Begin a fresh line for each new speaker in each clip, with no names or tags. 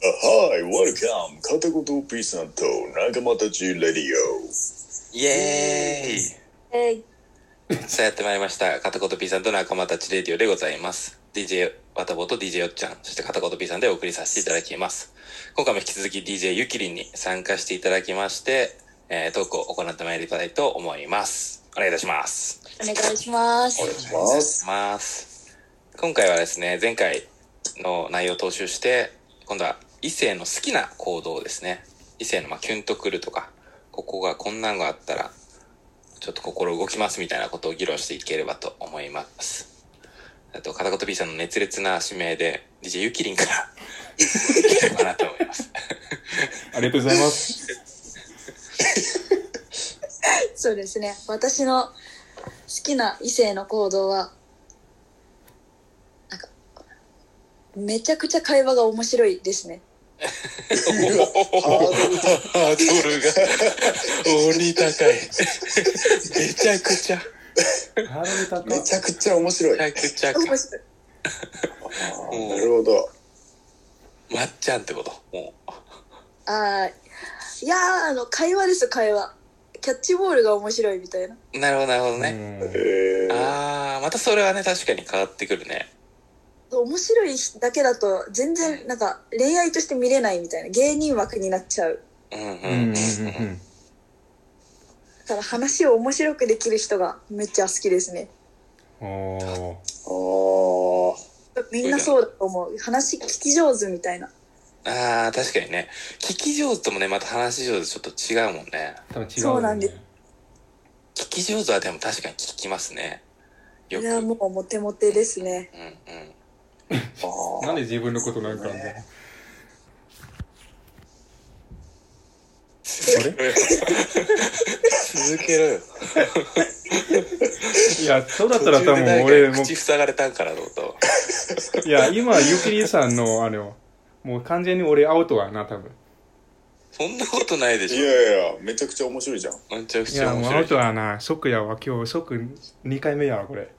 はい、welcome! 片言ピースさんと仲間たちレディ
イエーイ
えい、
さあやってまいりました片言 P さんと仲間たちレディオでございます DJ わたぼと DJ よっちゃんそして片言 P さんでお送りさせていただきます今回も引き続き DJ ゆきりんに参加していただきまして、えートークを行ってまいりたいと思いますお願いいたします
お願いします。
オます。
ます今回はですね前回の内容を踏襲して今度は異性の好きな行動ですね異性のまあキュンとくるとかここがこんなのがあったらちょっと心動きますみたいなことを議論していければと思いますあと片言 B さんの熱烈な指名で DJ ゆきりんからいければなと思います
ありがとうございます。
そうですね。私の好きな異性の行動は、なんか、めちゃくちゃ会話が面白いですね。
ハードル高
ハードルが鬼高いめちゃくちゃ
ハードル高
めちゃくちゃ面白い。あ
めちゃくちゃか
面白い。
ーなるほど。
まっちゃんってこともう
あーいやー、あの、会話です、会話。キャッチボールが面白いみたいな。
なるほどなるほど
い
ね、
ね。
えー、
ああまたそれはね確かに変わってくるね
面白いだけだと全然なんか恋愛として見れないみたいな芸人枠になっちゃう
うんうん
うんうんう
う
ん
ん
うん。
だから話を面白くできる人がめっちゃ好きですね
おー
あー
みんなそうだと思う話聞き上手みたいな
ああ確かにね聞き上手ともねまた話し上手ちょっと違うもんね
多分違うよね。
そうなんです
聞き上手はでも確かに聞きますねよ
い
く
やもうモテモテですね
うんうん
あ
なんで自分のことなんかあんだ
続
れ
けろよ続けろよ
いや、そうだった
途
ら
中
多
で
分
誰
俺
か
も
口塞がれたんからどうと
う、いや、今、ゆきりさんの、あれを、もう完全に俺アウトやな、多分。
そんなことないで
ーい
しょ
やいや、めちゃくちゃ面白いじゃん。
めちゃく
い
ちゃ
や、
面
もうア
白
ウ
い
トやな。即やわ。今日、即2回目やわ、これ。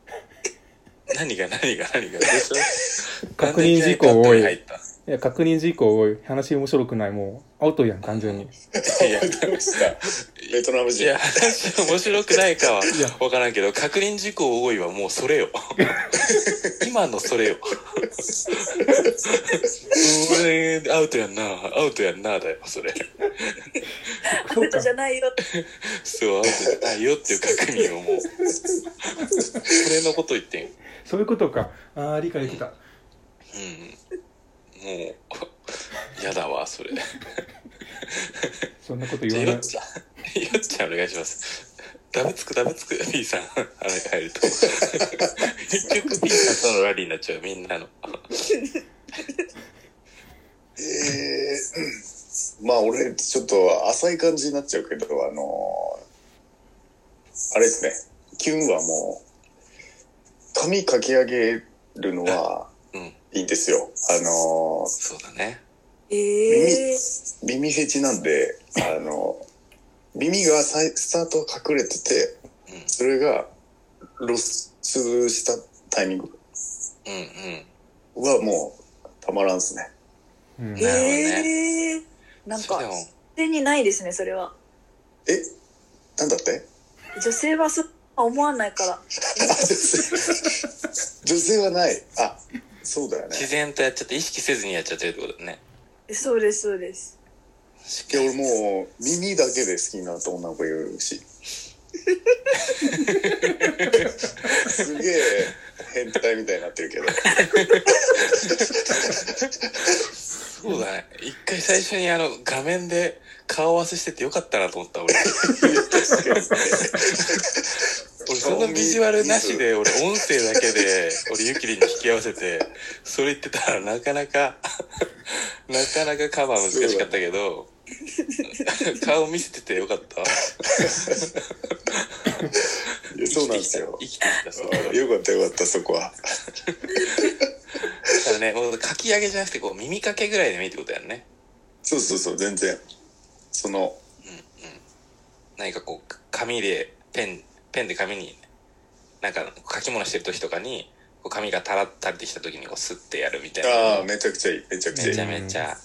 何が何が何がどうした
確認事項多い
なんでいきなりカットに入っ
いや、確認事項多い。話面白くない。もう、アウトやん、完全に。
たいや
どうしたベトナム
い
人。
や、話面白くないかは分からんけど、確認事項多いはもうそれよ。 今のそれよ。俺、アウトやんな、アウトやんな、だよ、それ。
アウトじゃないよって
そう、アウトじゃないよっていう確認をもう。それのこと言ってん。
そういうことか。ああ、理解できた。
うん。もう、やだわ、それ。
そんなこと
じゃあ、
言わ
よっ
ない。
ちゃん、よっちゃんお願いします。ダブつく、ダブつく、B さん、あれ入ると。結局 B さんとのラリーになっちゃう、みんなの。
えーうんまあ俺ちょっと浅い感じになっちゃうけどあのーあれですねキュンはもう髪かき上げるのは
うん、
いいんですよあのー
そうだね。
ええ
耳フェチなんであの耳がさいスタート隠れてて
うん
それが露出したタイミング
うんうん。
はもうたまらんですね
うん
ー、
なるほど
ええー、なんか
そうだよ
女性にないですねそれは
えなんだって
女性はそう思わないから
あ女性 女性はないあそうだよね
自然とやっちゃって意識せずにやっちゃってるってことだね。
えそうですそうです
いや俺もう耳だけで好きになった女の子いるしすげえ変態みたいになってるけど
そうだね。一回最初にあの画面で顔合わせしててよかったなと思 った俺。俺そんなビジュアルなしで、俺音声だけで、俺ゆきりに引き合わせて、それ言ってたらなかなか、なかなかカバー難しかったけど、顔見せててよかった。
いやそうなんですよ
生きてきた、生きてきた、そう。
あよかったよかったそこは
だからね、もうかき上げじゃなくて、こう耳かけぐらいでもいいってことやんね。
そうそうそう全然その
何かこう紙でペンペンで紙になんか書き物してる時とかにこう紙がたら垂れてきた時にこうスッてやるみたいな
ああめちゃくちゃいいめちゃくちゃ
め
いい
ちゃめちゃ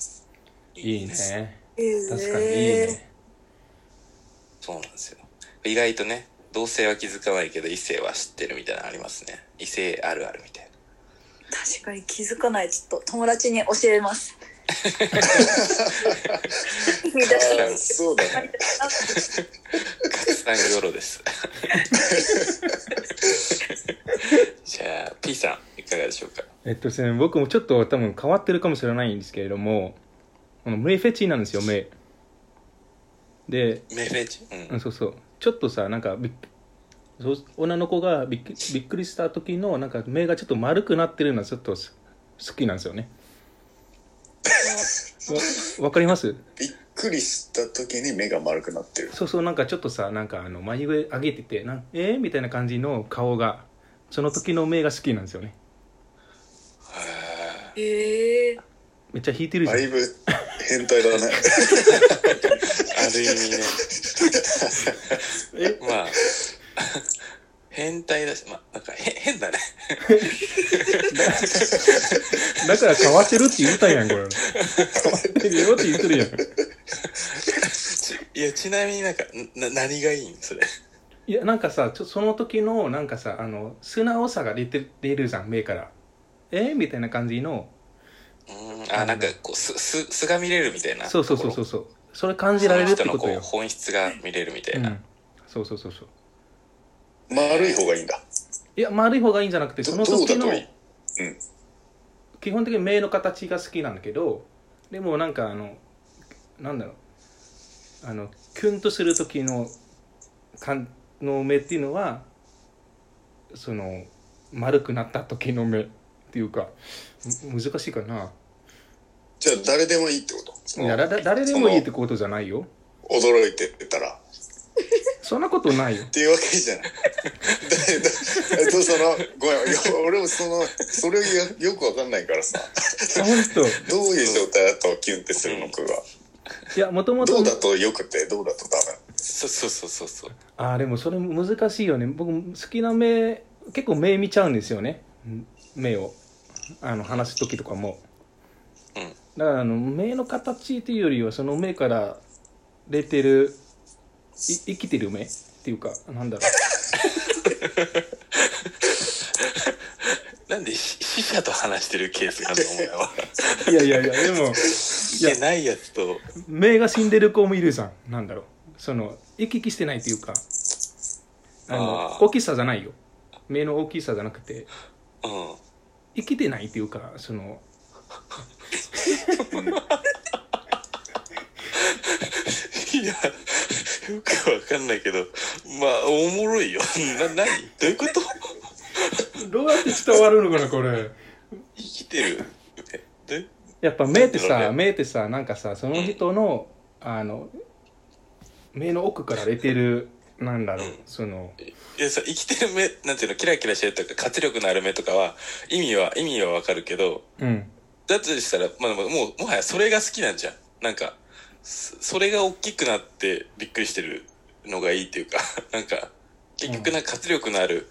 いいね。
いいね
確かにいいね。
そうなんですよ。意外とね、同性は気づかないけど異性は知ってるみたいなのありますね。異性あるあるみたいな。
確かに気づかないちょっと友達に教えます見出した
あーそうだね。
拡散よろです。 じゃあ、P さん、いかがでしょうか
えっとですね、僕もちょっと多分変わってるかもしれないんですけれども、この目フェチなんですよ、目。で、
メフェチう。
うんん、そうそう。ちょっとさ、なんかびっそう、女の子がびっくびっくりした時の、なんか目がちょっと丸くなってるのはちょっとす好きなんですよ ね。わわかります
びっくりした時に目が丸くなってる。
そうそう、なんかちょっとさ、なんかあの眉毛上げてて、なんえー、みたいな感じの顔が、その時の目が好きなんですよね。
へ
へえ
めっちゃ引いてるじゃ
だ
ん
い。ぶ変態だね。
ーある意味ね。まあ、変態だし、まあ、なんかへ変だね。
だから変わってるって言ったんやん、これ。変わってるよって言っ てるやん。
ちいや、ちなみになんか、な何がいいんそれ。
いや、なんかさ、ちょその時の、なんかさ、あの、素直さが出て出るじゃん、目から。えー、みたいな感じの、
うん、あ、なんか、こう、す、す、素が見れるみたいな。。
そうそうそうそううそう。それ感じられるっ
人
てこ
の
と
こう
よ。
本質が見れるみた
う
いな。
ん。そうそうそうそう。
丸い方がいいんだ。
いや、丸い方がいいんじゃなくて、
ど
その時
どう
の
だといいうん
基本的に目の形が好きなんだけど、でもなんかあの、なんだろう、あの、キュンとする時の、かんの目っていうのは、その、丸くなった時の目っていうか、む難しいかな。
じゃあ誰でもいいってこと
いやだだ誰でもいいってことじゃないよ。
驚いてたら。っ
そんなことない よ。
ていうわけじゃない。誰だえっと、その、ごめん、よ俺もその、それよよくわかんないからさ、
あ本当。
どういう状態だとキュンってするのかが。
いや、もともと
どう、だとよくて、どうだとダメ。
そうそうそうそうそう。
ああ、でもそれ難しいよね。僕、好きな目、結構目見ちゃうんですよね。ん目を。あの、話す時とかも。
うん。
だから、あの、目の形っていうよりは、その目から出てる、い生きてる目っていうか、なんだろ
なんでし死者と話してるケースがあるのお前は。
う。いやいやいや、でも、
いや、ないやつと、
目が死んでる子もいるじゃん。なんだろう。その、行き来してないっていうか、あの、
あー
大きさじゃないよ。目の大きさじゃなくて、
うん。
生きてないっていうか、その、
いや、よくわかんないけど、まあ、おもろいよ。な、何どういうこと
どうやって伝わるのかな、これ。
生きてる。えど
やっぱ目って
なんだろ
さ、
うね
目ってさ、なんかさ、その人の、あの、目の奥から出てる、なんだろう、その、
いやさ、生きてる目、なんていうの、キラキラしてるとか、活力のある目とかは、意味は、意味はわかるけど、
うん。
だとしたら、まあ、でももう、もはやそれが好きなんじゃん。なんか、そそれが大きくなってびっくりしてるのがいいっていうか、 なんか、結局なんか活力のある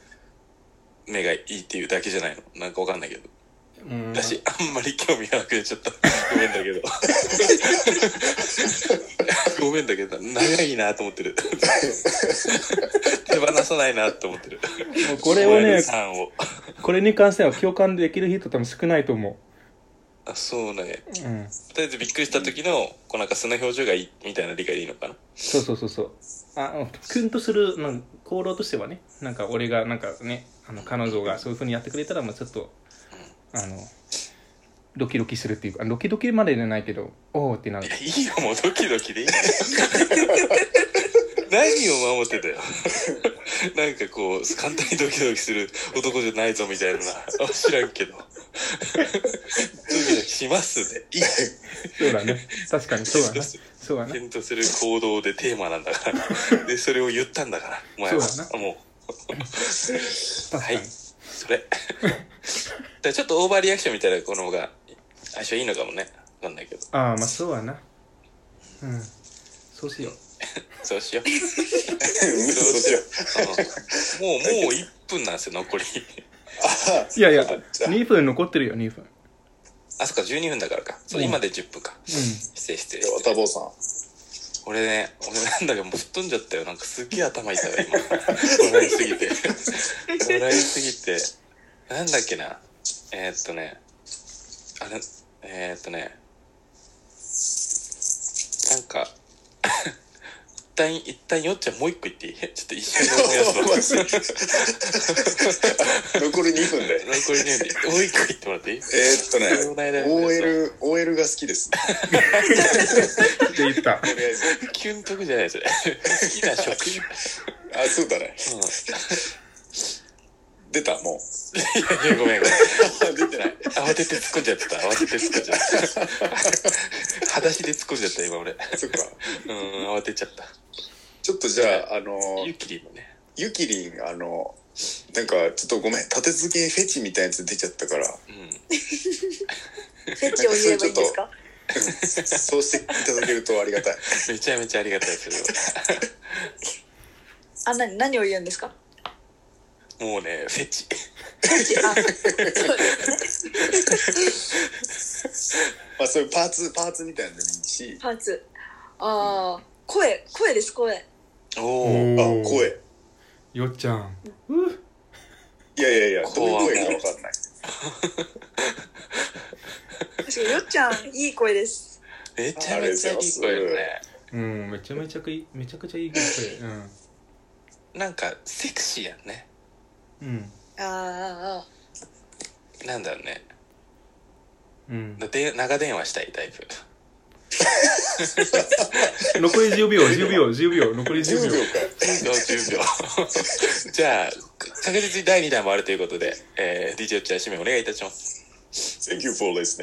目がいいっていうだけじゃないの。なんかわかんないけど。
うん
私、あんまり興味がなくてちょっと、ごめんだけど。 ごめんだけど、長いなと思ってる。手放さないなと思ってる。
もうこれをね、
さんを。
これに関しては共感できる人多分少ないと思
あ、そうなんや。と
う。うん。
りあえずびっくりした時の、こうなんか素の表情がいい、みたいな理解でいいのかな。
そうそうそうそう。ああのキュンとする、なんか行動としてはね、なんか俺が、なんかね、あの彼女がそういうふうにやってくれたら、まあちょっと、あの、ドキドキするっていうか、ドキドキまでじゃないけど、おおってなる
い。や、いいよ、もうドキド キでいいよ。何を守ってたよ。なんかこう、簡単にドキドキする男じゃないぞみたいな。あ知らんけど。ドキドキしますね。いいよ
そうだね。確かに そうだな。そうだな。
検討する行動でテーマなんだから。で、それを言ったんだから。お前は
そうだ。
も
確かに。
はい、それ。だからちょっとオーバーリアクションみたいなこの方が相性いいのかもね。わかんないけど。
ああ、まあそうだな。うん。そうしよう。
そうしよ う。
そう しよう。
うんもう、もう1分なんですよ、残り。
ああ、
いやいや、
じゃあ
2分残ってるよ、2分。
ああ、そっか、12分だからか。そう、
うん
今で10分か。
う
失礼失礼
で。渡坊さん
俺ね、俺なんだかもう吹っ飛んじゃったよ。なんかすっげえ頭痛いわ、今。笑いすぎて。笑いすぎて。なんだっけな。えー、っとね。あれ、えー、っとね。なんか、一旦、一旦よっちゃんもう一個言っていいちょっと一瞬で思い出すわ。
残り2分で
残り2分で。もう一個言ってもらっていい
えーっと
壮大だ
ね
よね
OL, OL が好きですね
ん。って言った。
とりあえず
キュンとくじゃないそれ。好きな職種。
あそうだね
うん
出たもう
いやごめんごめん。
出てない
慌てて突っ込んじゃってた慌てて突っ込んじゃった裸足で突っ込んじゃった今俺う
そっか
ん慌てちゃった
ちょっとじゃああの
ゆきりんもね
ゆきりんあのなんかちょっとごめん立て続けにフェチみたいなやつ出ちゃった から
うん
フェチを言えばいいんですか
そうしていただけるとありがたい
めちゃめちゃありがたいけ
あ、な何を言うんですか
どもうねフェチ
フェチ、あ、そうですね。
まあそういうパーツパーツみたいなのでもいいし
パーツ。ああ、声、声です、声。
お
お
お
あ
ー
声
よっちゃん。
いやいやいやどう
怖
いう
い
声かわかんない
確かに、よっちゃん、いい声です。
めちゃめちゃいい声よね
うん、めちゃめちゃくいい、めちゃくちゃいい声。
なんかセクシーやんね
うん。うん。
あーあ
なんだろうね
うん。
で長電話したいタイプ
残り10秒、10秒、10秒、残り
10
10
秒
秒。
か
10秒10秒 じゃあ確実に第2弾もあるということで、えー、DJ チャー締めお願いいたします
Thank you for listening